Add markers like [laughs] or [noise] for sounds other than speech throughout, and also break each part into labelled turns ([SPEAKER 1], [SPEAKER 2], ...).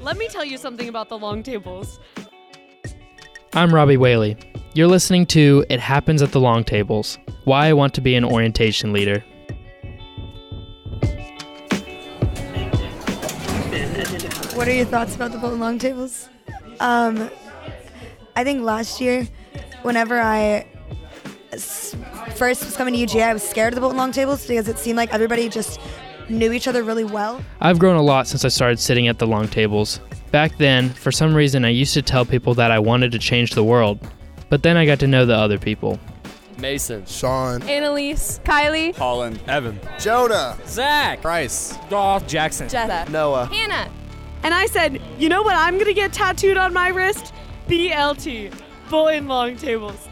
[SPEAKER 1] Let me tell you something about the long tables.
[SPEAKER 2] I'm Robbie Whaley. You're listening to It Happens at the Long Tables Why I Want to Be an Orientation Leader.
[SPEAKER 3] What are your thoughts about the Bolton Long Tables? Um, I think last year, whenever I s- first was coming to UGA, I was scared of the Bolton Long Tables because it seemed like everybody just knew each other really well.
[SPEAKER 2] I've grown a lot since I started sitting at the long tables. Back then, for some reason, I used to tell people that I wanted to change the world, but then I got to know the other people.
[SPEAKER 4] Mason,
[SPEAKER 5] Sean,
[SPEAKER 1] Annalise, Kylie,
[SPEAKER 4] Holland, Evan,
[SPEAKER 5] Jonah,
[SPEAKER 4] Zach,
[SPEAKER 5] Bryce,
[SPEAKER 4] Goff, Jackson.
[SPEAKER 1] Jessa,
[SPEAKER 5] Noah.
[SPEAKER 1] Hannah. And I said, you know what I'm gonna get tattooed on my wrist? BLT, Bulletin Long Tables.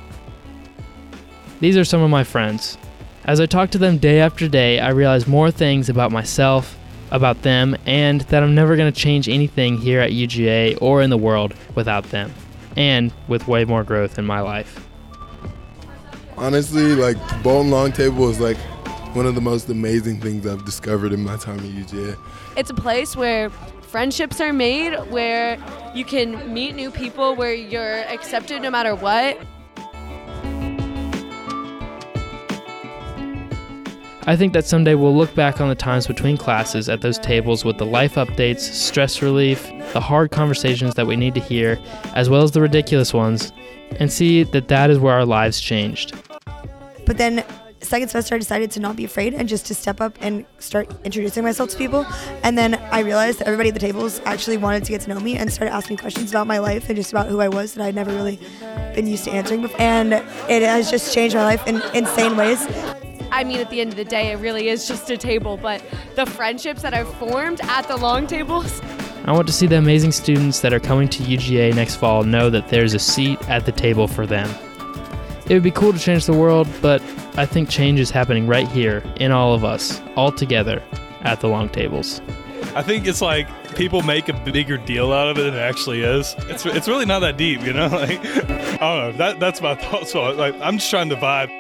[SPEAKER 2] These are some of my friends. As I talk to them day after day, I realize more things about myself, about them, and that I'm never going to change anything here at UGA or in the world without them, and with way more growth in my life.
[SPEAKER 5] Honestly, like the Bolton Long Table is like one of the most amazing things I've discovered in my time at UGA.
[SPEAKER 1] It's a place where friendships are made, where you can meet new people, where you're accepted no matter what.
[SPEAKER 2] I think that someday we'll look back on the times between classes at those tables with the life updates, stress relief, the hard conversations that we need to hear, as well as the ridiculous ones, and see that that is where our lives changed.
[SPEAKER 3] But then second semester, I decided to not be afraid and just to step up and start introducing myself to people. And then I realized that everybody at the tables actually wanted to get to know me and started asking questions about my life and just about who I was that I'd never really been used to answering before. And it has just changed my life in insane ways.
[SPEAKER 1] I mean, at the end of the day, it really is just a table, but the friendships that are formed at the long tables,
[SPEAKER 2] I want to see the amazing students that are coming to UGA next fall know that there's a seat at the table for them. It would be cool to change the world, but I think change is happening right here in all of us, all together at the long tables.
[SPEAKER 6] I think it's like people make a bigger deal out of it than it actually is. [laughs] It's it's really not that deep, you know. Like I don't know. That that's my thoughts on it. Like I'm just trying to vibe.